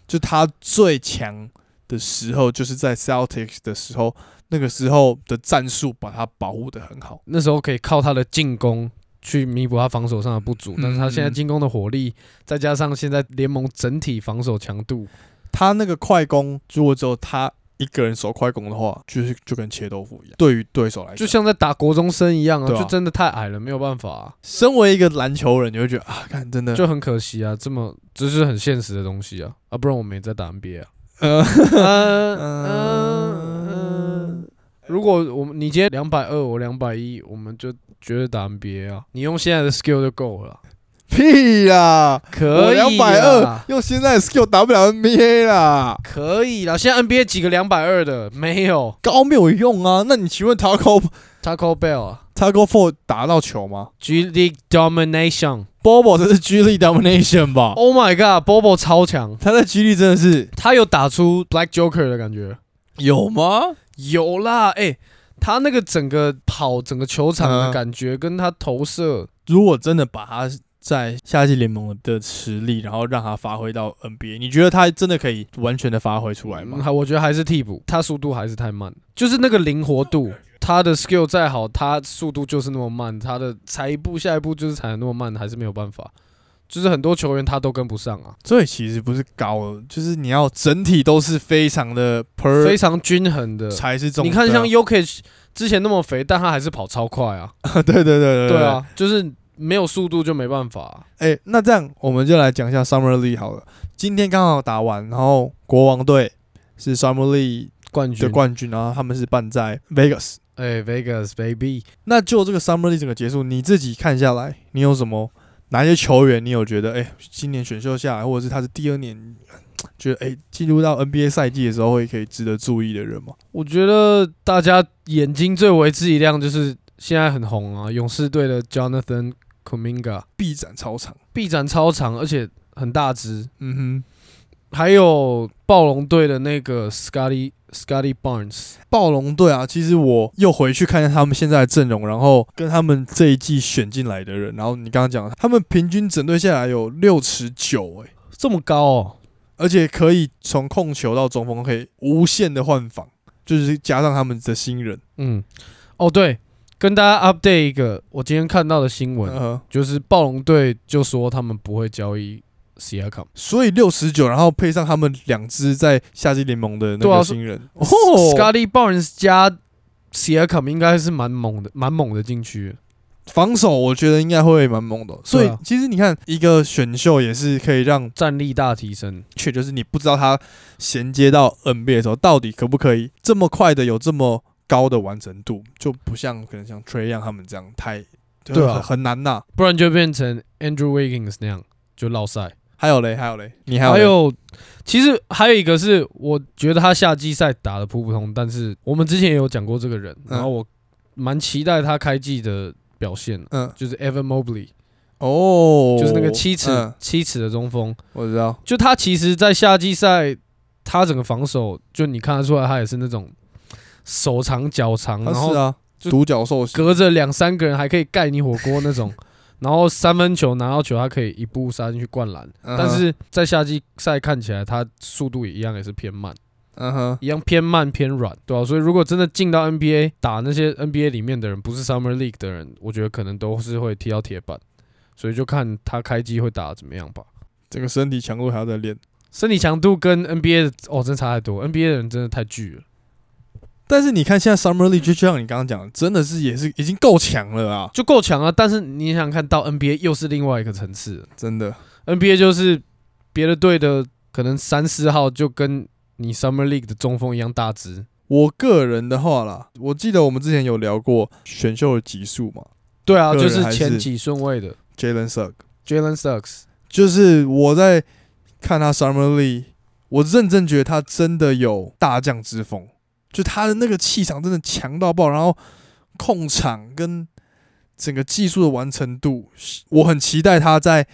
Speaker 1: 就他最强的时候，就是在 Celtics 的时候，那个时候的战术把他保护的很好。
Speaker 2: 那时候可以靠他的进攻去弥补他防守上的不足，
Speaker 1: 嗯
Speaker 2: 但是他现在进攻的火力，再加上现在联盟整体防守强度，
Speaker 1: 他那个快攻，如果只有他一个人守快攻的话，就是就跟切豆腐一样。对于对手来讲，
Speaker 2: 就像在打国中生一样啊，
Speaker 1: 对啊
Speaker 2: 就真的太矮了，没有办法啊、
Speaker 1: 身为一个篮球人，你会觉得啊，看真的
Speaker 2: 就很可惜啊，这么这是很现实的东西啊，啊，不然我们也在打 NBA 啊。
Speaker 1: 呃。
Speaker 2: 嗯嗯嗯
Speaker 1: 嗯，
Speaker 2: 如果我们你今天两百二，我两百一，我们就绝对打 NBA 啊！你用现在的 skill 就够了啊，
Speaker 1: 屁啦！
Speaker 2: 可
Speaker 1: 我
Speaker 2: 以
Speaker 1: 两百二
Speaker 2: 啦，
Speaker 1: 用现在的 skill 打不了 NBA 啦，
Speaker 2: 可以啦。现在 NBA 几个两百二的没有
Speaker 1: 高没有用啊。那你请问 Taco
Speaker 2: Taco Bell 啊
Speaker 1: Taco Four 打到球吗？
Speaker 2: ，G League Domination
Speaker 1: Bobo 这是 G League domination 吧？
Speaker 2: Oh my god，Bobo 超强，
Speaker 1: 他在 G League 真的是
Speaker 2: 他有打出 Black Joker 的感觉。
Speaker 1: 有吗？
Speaker 2: 有啦，哎、他那个整个跑整个球场的
Speaker 1: 嗯
Speaker 2: 感觉，跟他投射，
Speaker 1: 如果真的把他在夏季联盟的实力，然后让他发挥到 NBA，你觉得他真的可以完全的发挥出来吗？
Speaker 2: 还、嗯我觉得还是替补，他速度还是太慢，就是那个灵活度。他的 skill 再好，他速度就是那么慢，他的踩一步下一步就是踩的那么慢，还是没有办法。就是很多球员他都跟不上啊，
Speaker 1: 这其实不是高的，就是你要整体都是非常的 per
Speaker 2: 非常均衡的。
Speaker 1: 才是重。
Speaker 2: 你 看像
Speaker 1: 对
Speaker 2: Yokic 之前那么肥，但他还是跑超快啊。
Speaker 1: 啊对对对对
Speaker 2: 对，啊，就是没有速度就没办法啊、
Speaker 1: 哎，那这样我们就来讲一下 Summer League 好了。今天刚好打完，然后国王队是 Summer League
Speaker 2: 冠
Speaker 1: 的
Speaker 2: 军。
Speaker 1: 冠军，然后他们是办在 Vegas。
Speaker 2: 哎、v e g a s baby，
Speaker 1: 那就这个 Summer League 整个结束，你自己看下来，你有什么哪些球员你有觉得，哎、今年选秀下来，或者是他是第二年，觉得哎，进、入到 NBA 赛季的时候会可以值得注意的人吗？
Speaker 2: 我觉得大家眼睛最为之一亮就是现在很红啊，勇士队的 Jonathan Kuminga，
Speaker 1: 臂展超长，
Speaker 2: 臂展超长，而且很大只，
Speaker 1: 嗯
Speaker 2: 还有暴龙队的那个 Scotty Scotty Barnes，
Speaker 1: 哼，暴龙队啊，其实我又回去看一下他们现在的阵容，然后跟他们这一季选进来的人，然后你刚刚讲，他们平均整队下来有六尺九，哎，
Speaker 2: 这么高哦，
Speaker 1: 而且可以从控球到中锋可以无限的换防，就是加上他们的新人，
Speaker 2: 嗯，哦对，跟大家 update 一个我今天看到的新闻，
Speaker 1: 呃
Speaker 2: 就是暴龙队就说他们不会交易 Siakam，
Speaker 1: 所以六十九，然后配上他们两支在夏季联盟的那
Speaker 2: 对啊
Speaker 1: 个新人，哦
Speaker 2: Scotty Barnes 加 Siakam 应该是蛮猛的，蛮猛的禁区。
Speaker 1: 防守我觉得应该会蛮猛的。所
Speaker 2: 对
Speaker 1: 以
Speaker 2: 啊
Speaker 1: 其实你看，一个选秀也是可以让，
Speaker 2: 战力大提升。
Speaker 1: 确就是你不知道他衔接到 NBA 的时候，到底可不可以这么快的有这么高的完成度，就不像可能像 Trey y o n 他们这样太，
Speaker 2: 对啊
Speaker 1: 很很难呐。
Speaker 2: 不然就变成 Andrew Wiggins 那样就落赛。
Speaker 1: 还有嘞，还有嘞，你还有
Speaker 2: 还
Speaker 1: 嘞嗯
Speaker 2: 有，其实还有一个是，我觉得他夏季赛打的普普通，但是我们之前也有讲过这个人，
Speaker 1: 嗯
Speaker 2: 然后我蛮期待他开季的表现，
Speaker 1: 嗯
Speaker 2: 就是 Evan Mobley，、
Speaker 1: 哦，
Speaker 2: 就是那个七尺、
Speaker 1: 嗯
Speaker 2: 七尺的中锋，
Speaker 1: 我知道，
Speaker 2: 就他其实，在夏季赛他整个防守，就你看得出来，他也是那种手长脚长，
Speaker 1: 他
Speaker 2: 嗯然
Speaker 1: 是
Speaker 2: 后
Speaker 1: 啊，
Speaker 2: 就
Speaker 1: 独角兽型，
Speaker 2: 隔着两三个人还可以盖你火锅那 种，然后三分球拿到球，他可以一步杀进去灌篮。
Speaker 1: 嗯哼
Speaker 2: 但是在夏季赛看起来，他速度也一样也是偏慢，
Speaker 1: 嗯哼，
Speaker 2: 一样偏慢偏软，对吧、所以如果真的进到 NBA 打那些 NBA 里面的人，不是 Summer League 的人，我觉得可能都是会踢到铁板，所以就看他开机会打得怎么样吧。
Speaker 1: 这个身体强度还要再练。
Speaker 2: 身体强度跟 NBA 的哦，真的差太多，NBA 的人真的太巨了，
Speaker 1: 但是你看现在 Summer League 就像你刚刚讲，的，真的是也是已经够强了啊，
Speaker 2: 就够强啊。但是你想想看到 NBA 又是另外一个层次了
Speaker 1: 真的。
Speaker 2: NBA 就是别的队的可能三四号就跟你 Summer League 的中锋一样大只。
Speaker 1: 我个人的话啦，我记得我们之前有聊过选秀的级数嘛
Speaker 2: 对啊，
Speaker 1: 个
Speaker 2: 就
Speaker 1: 人
Speaker 2: 是
Speaker 1: 还是
Speaker 2: 前几顺位的
Speaker 1: ，Jalen s u c k
Speaker 2: Jalen Sucks。
Speaker 1: 就是我在看他 Summer League，我认真觉得他真的有大将之风，就他的那个气场真的强到爆，然后控场跟整个技术的完成度，我很期待他在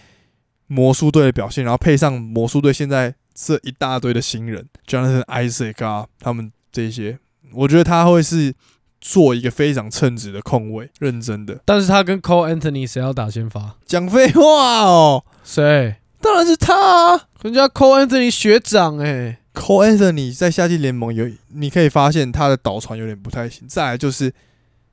Speaker 1: 魔术队的表现，然后配上魔术队现在这一大堆的新人，Jonathan Isaac 啊，他们这些，我觉得他会是做一个非常称职的控卫，认真的。
Speaker 2: 但是他跟 Cole Anthony 谁要打先发？
Speaker 1: 讲废话哦，
Speaker 2: 谁？
Speaker 1: 当然是他啊、
Speaker 2: 人家 Cole Anthony 学长哎、
Speaker 1: Cole Anthony 在夏季联盟有，你可以发现他的导传有点不太行。再来就是，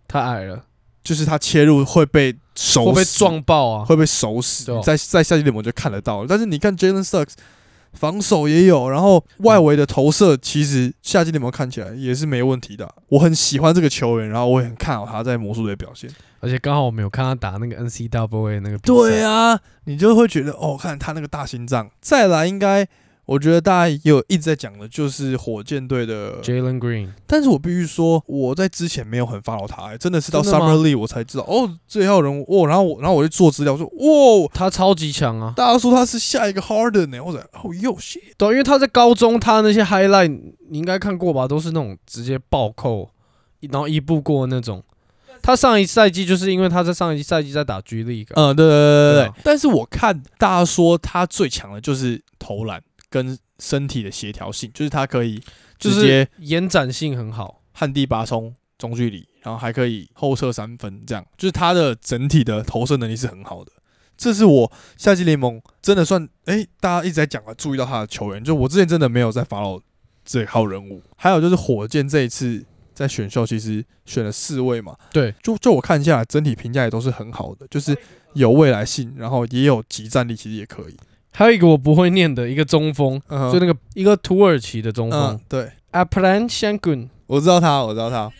Speaker 2: 太矮了，
Speaker 1: 就是他切入会被手
Speaker 2: 会被
Speaker 1: 死，
Speaker 2: 撞爆啊！
Speaker 1: 哦会被手死。
Speaker 2: 对哦
Speaker 1: 你在在夏季联盟就看得到了。但是你看 Jalen Suggs，防守也有，然后外围的投射，其实夏季联盟看起来也是没问题的啊。我很喜欢这个球员，然后我也很看好他在魔术队的表现。
Speaker 2: 而且刚好我们有看他打那个 NCAA 那个比赛，
Speaker 1: 对啊，你就会觉得哦，看他那个大心脏。再来，应该我觉得大家也有一直在讲的，就是火箭队的
Speaker 2: Jalen Green
Speaker 1: 但是我必须说，我在之前没有很 follow 他、欸，真的是到
Speaker 2: 真的吗
Speaker 1: Summer League 我才知道哦，这号人物哦，然后我然后我就做资料我说，哇，
Speaker 2: 他超级强啊！
Speaker 1: 大家说他是下一个 Harden 呢、我说哦哟 shit，
Speaker 2: 对，啊因为他在高中他那些 highlight 你应该看过吧，都是那种直接暴扣，然后一步过的那种。他上一赛季就是因为他在上一赛季在打 G League，、
Speaker 1: 嗯，对对对对
Speaker 2: 对
Speaker 1: 对
Speaker 2: 啊
Speaker 1: 对。但是我看大家说他最强的就是投篮跟身体的协调性，就是他可以
Speaker 2: 就
Speaker 1: 直接
Speaker 2: 是延展性很好。
Speaker 1: 旱地拔葱中距离，然后还可以后撤三分，这样就是他的整体的投射能力是很好的。这是我夏季联盟真的算诶，大家一直在讲啊，注意到他的球员，就我之前真的没有在 follow 这号人物。还有就是火箭这一次在选秀其实选了四位嘛，
Speaker 2: 对，
Speaker 1: 就就我看下来整体评价也都是很好的，就是有未来性，然后也有集战力，其实也可以。
Speaker 2: 还有一个我不会念的一个中锋，
Speaker 1: 嗯
Speaker 2: 就
Speaker 1: 哼，
Speaker 2: 那个一个土耳其的中锋
Speaker 1: 嗯，对，
Speaker 2: a p l a n s h a n g u n
Speaker 1: 我知道他，我知道他，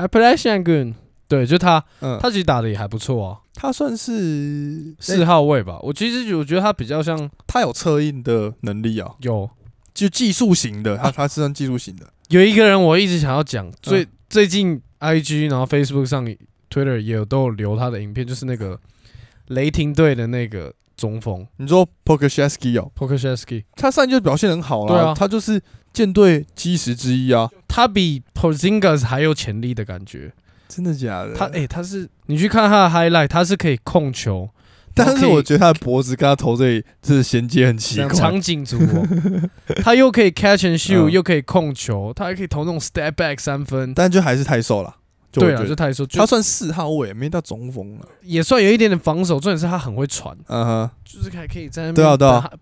Speaker 2: a p l a n s h a n g u n 对，就他，
Speaker 1: 嗯，他
Speaker 2: 他其实打的也还不错啊，
Speaker 1: 他算是
Speaker 2: 四号位吧。我其实我觉得他比较像
Speaker 1: 他有策应的能力啊，
Speaker 2: 有
Speaker 1: 就技术型的，他他是算技术型的。
Speaker 2: 有一个人我一直想要讲，
Speaker 1: 嗯
Speaker 2: 最、最近 IG 然后 Facebook 上 Twitter 也有都有留他的影片，就是那个雷霆队的那个中锋
Speaker 1: 你说 p o k a s h e s k i 哦，
Speaker 2: p o k a s h e s k y
Speaker 1: 他上一季就表现很好
Speaker 2: 对
Speaker 1: 啦，
Speaker 2: 啊
Speaker 1: 他就是舰队基石之一啊，
Speaker 2: 他比 Porzingis 还有潜力的感觉。
Speaker 1: 真的假的？
Speaker 2: 他诶、他是你去看他的 highlight，他是可以控球，
Speaker 1: 但是
Speaker 2: 然后可以
Speaker 1: 我觉得他的脖子跟他头这里这衔接很奇怪，
Speaker 2: 场景组、 哦，他又可以 catch and shoot，、
Speaker 1: 嗯
Speaker 2: 又可以控球，他还可以投那种 step back 三分。
Speaker 1: 但就还是太瘦了。就我
Speaker 2: 对
Speaker 1: 觉
Speaker 2: 啊，
Speaker 1: 得
Speaker 2: 就他来说，
Speaker 1: 他
Speaker 2: 就
Speaker 1: 算四号位，没到中锋了。
Speaker 2: 也算有一点点防守，重点是他很会传，
Speaker 1: 嗯哼，
Speaker 2: 就是还可以在那边
Speaker 1: 对啊对啊
Speaker 2: 打，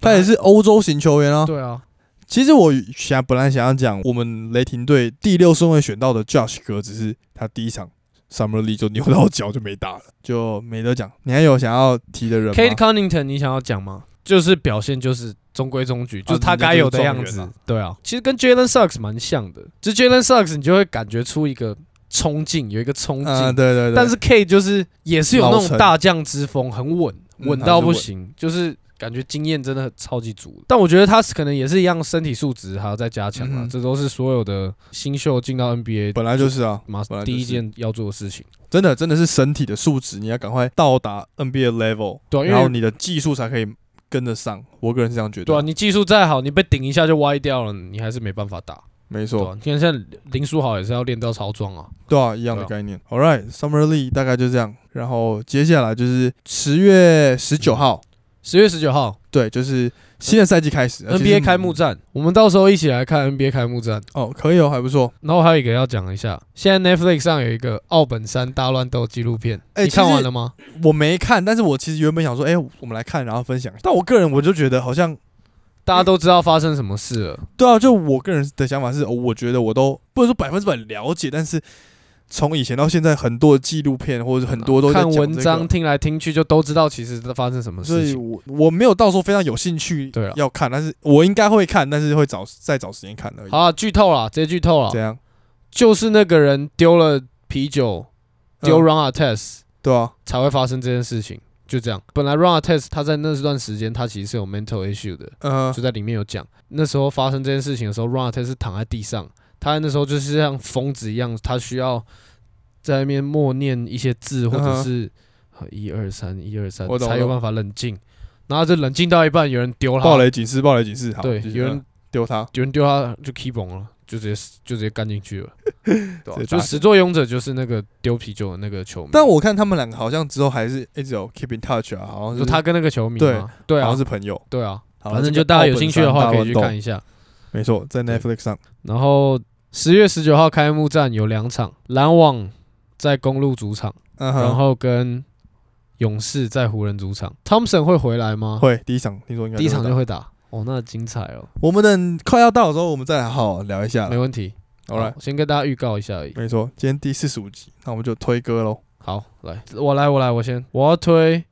Speaker 1: 他也是欧洲型球员啊。
Speaker 2: 对啊，
Speaker 1: 其实我想本来想要讲，我们雷霆队第六顺位选到的 Josh 哥，只是他第一场 Summer League 就扭到脚就没打了，就没得讲。你还有想要提的人吗
Speaker 2: Kate Connington，你想要讲吗？就是表现就是中规中矩，就是他该有的样
Speaker 1: 啊人家
Speaker 2: 子。
Speaker 1: 就是状元啊
Speaker 2: 对啊，其实跟 Jalen Suggs 蛮像的，就 Jalen Suggs 你就会感觉出一个冲劲，有一个冲劲。
Speaker 1: 啊、对对对，
Speaker 2: 但是 K 就是也是有那
Speaker 1: 老
Speaker 2: 种
Speaker 1: 成
Speaker 2: 大将之风，很稳，
Speaker 1: 嗯
Speaker 2: 稳到不行，就是感觉经验真的很超级足。但我觉得他是可能也是一样，身体素质还要再加强
Speaker 1: 嗯
Speaker 2: 啊
Speaker 1: 哼，
Speaker 2: 这都是所有的新秀进到 NBA
Speaker 1: 本来就是啊，
Speaker 2: 马
Speaker 1: 本来就是
Speaker 2: 第一件要做的事情。
Speaker 1: 真的真的是身体的素质，你要赶快到达 NBA level，
Speaker 2: 对啊因为
Speaker 1: 然后你的技术才可以跟得上。我个人是这样觉得。
Speaker 2: 对啊，，你技术再好，你被顶一下就歪掉了，你还是没办法打。
Speaker 1: 没
Speaker 2: 对
Speaker 1: 错，
Speaker 2: 啊，你看现在林书豪也是要练到超装啊。
Speaker 1: 对啊，一样的
Speaker 2: 对
Speaker 1: 概念。All right，Summer League 大概就这样。然后接下来就是十月十九号，
Speaker 2: 十月十九号
Speaker 1: 对，就是新的赛季开始。呃其实
Speaker 2: NBA 开幕战，我们到时候一起来看 NBA 开幕战。
Speaker 1: 哦，可以哦，还不错。
Speaker 2: 然后还有一个要讲一下，现在 Netflix 上有一个《奥本山大乱斗》纪录片，
Speaker 1: 哎
Speaker 2: 你看
Speaker 1: 其实
Speaker 2: 完了吗？
Speaker 1: 我没看，但是我其实原本想说，哎、我们来看，然后分享。但我个人我就觉得好像，
Speaker 2: 大家都知道发生什么事了。
Speaker 1: 对啊，就我个人的想法是，哦我觉得我都不能说百分之百了解，但是从以前到现在，很多纪录片或者很多都在
Speaker 2: 看
Speaker 1: 讲这个
Speaker 2: 文章，听来听去就都知道其实发生什么
Speaker 1: 所
Speaker 2: 事
Speaker 1: 以
Speaker 2: 情。
Speaker 1: 我我没有到时候非常有兴趣
Speaker 2: 对啊
Speaker 1: 要看，但是我应该会看，但是会找再找时间看而已
Speaker 2: 好。啊，剧透了，直接剧透
Speaker 1: 这
Speaker 2: 了，
Speaker 1: 样
Speaker 2: 就是那个人丢了啤酒，丢
Speaker 1: 嗯
Speaker 2: Run a Test
Speaker 1: 对啊，
Speaker 2: 才会发生这件事情。就这样，本来 Run a Test 他在那段时间他其实是有 mental issue 的，
Speaker 1: 嗯、
Speaker 2: 就在里面有讲，那时候发生这件事情的时候，Run a Test 是躺在地上，他那时候就是像疯子一样，他需要在那边默念一些字，
Speaker 1: 嗯
Speaker 2: 或者
Speaker 1: 哼
Speaker 2: 是呃一二三一二三
Speaker 1: 我懂
Speaker 2: 才
Speaker 1: 我
Speaker 2: 有
Speaker 1: 懂
Speaker 2: 办法冷静。然后就冷静到一半，有人丢他，
Speaker 1: 暴雷警示，暴雷警示，好，
Speaker 2: 对，
Speaker 1: 就是
Speaker 2: 有
Speaker 1: 嗯
Speaker 2: 人
Speaker 1: 丢他，
Speaker 2: 有人丢他就 keep on 了，就直接就直接干进 去了。对啊、
Speaker 1: 直接
Speaker 2: 就
Speaker 1: 打
Speaker 2: 始作俑者就是那个丢啤酒的那个球迷，
Speaker 1: 但我看他们两个好像之后还是一直有 keep in touch 啊，好像
Speaker 2: 就是他跟那个球迷
Speaker 1: 对
Speaker 2: 嘛，对
Speaker 1: 好
Speaker 2: 啊
Speaker 1: 像，是朋友。
Speaker 2: 对啊，
Speaker 1: 好
Speaker 2: 反正
Speaker 1: 这
Speaker 2: 就
Speaker 1: 个
Speaker 2: 大家有
Speaker 1: 奥本
Speaker 2: 兴趣
Speaker 1: 山
Speaker 2: 的话
Speaker 1: 大
Speaker 2: 可以去
Speaker 1: 乱斗
Speaker 2: 看一下。
Speaker 1: 没错，在
Speaker 2: 对
Speaker 1: Netflix 上。
Speaker 2: 然后十月十九号开幕战有两场，篮网在公路主场，
Speaker 1: 嗯
Speaker 2: 然
Speaker 1: 哼，
Speaker 2: 后跟勇士在湖人主场。Thompson 会回来吗？
Speaker 1: 会第一场听说应该
Speaker 2: 第一场就
Speaker 1: 打。
Speaker 2: 会打。哦，那精彩哦，
Speaker 1: 我们等快要到的时候，我们再来好好聊一下
Speaker 2: 没
Speaker 1: 啦。
Speaker 2: 问题。
Speaker 1: 好了
Speaker 2: 好，先跟大家预告一下而已。
Speaker 1: 没错，今天第四十五集，那我们就推歌喽。
Speaker 2: 好，来，我来，我来，我先，我要推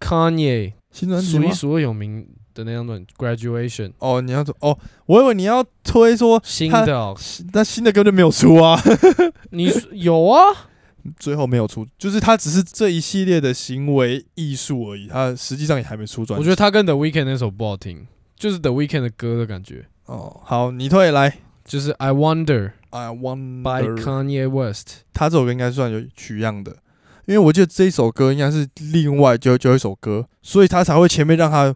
Speaker 2: Kanye
Speaker 1: 新专辑
Speaker 2: 数
Speaker 1: 吗
Speaker 2: 一？数二有名的那张专辑《Graduation》
Speaker 1: 哦，你要哦，我以为你要推说，
Speaker 2: 新的哦，
Speaker 1: 那新的歌就没有出啊，
Speaker 2: 你有啊？
Speaker 1: 最后没有出，就是他只是这一系列的行为艺术而已，他实际上也还没出专
Speaker 2: 我
Speaker 1: 辑。
Speaker 2: 觉得他跟 The Weeknd 那首不好听，就是 The Weeknd 的歌的感觉，
Speaker 1: 哦，好，你退来。
Speaker 2: 就是 I Wonder
Speaker 1: I
Speaker 2: by
Speaker 1: wonder，
Speaker 2: Kanye West。
Speaker 1: 他这首歌应该算有取样的，因为我记得这一首歌应该是另外就就一首歌，所以他才会前面让他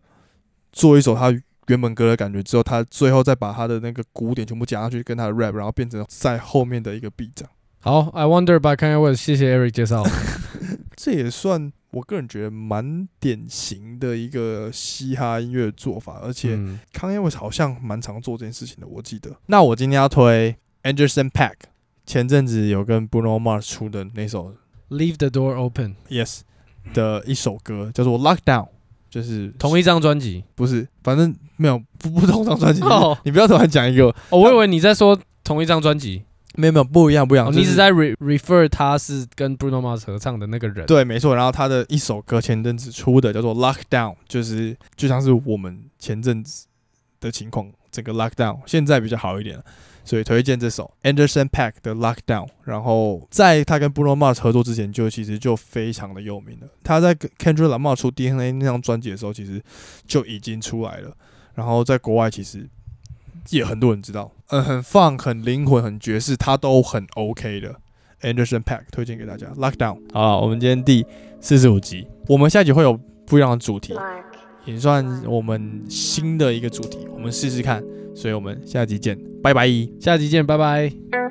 Speaker 1: 做一首他原本歌的感觉，之后他最后再把他的那个鼓点全部加上去，跟他的 rap，然后变成在后面的一个 B 这样。
Speaker 2: 好，I Wonder by Kanye West，谢谢 Eric 介 绍。
Speaker 1: 这也算我个人觉得蛮典型的一个嘻哈音乐做法，而且
Speaker 2: 嗯
Speaker 1: Kanye West 好像蛮常做这件事情的，我记得。那我今天要推 Anderson Pack，前阵子有跟 Bruno Mars 出的那首
Speaker 2: Leave the Door Open，
Speaker 1: Yes 的一首歌，叫做 Lockdown，就是
Speaker 2: 同一张专辑。
Speaker 1: 不是，反正没有不不同张专辑。
Speaker 2: 哦
Speaker 1: 你不要突然讲一个，
Speaker 2: 哦，我以为你在说同一张专辑，
Speaker 1: 没有没有不一样不一样，
Speaker 2: 哦
Speaker 1: 就
Speaker 2: 你一
Speaker 1: 是
Speaker 2: 直在 re refer 他是跟 Bruno Mars 合唱的那个人。
Speaker 1: 对，没错。然后他的一首歌前阵子出的叫做《Lockdown》，就是就像是我们前阵子的情况，整个 Lockdown 现在比较好一点了，所以推荐这首 Anderson Pack 的《Lockdown》。然后在他跟 Bruno Mars 合作之前，就其实就非常的有名了。他在跟 Kendrick Lamar 出 DNA 那张专辑的时候，其实就已经出来了。然后在国外其实也很多人知道，嗯，很放、很灵魂、很爵士，他都很 OK 的。Anderson Pack 推荐给大家。Lockdown，好了，我们今天第四十五集，我们下集会有不一样的主题，
Speaker 3: Mark.
Speaker 1: 也算我们新的一个主题，我们试试看。所以我们下集见，拜拜。
Speaker 2: 下集见，拜拜。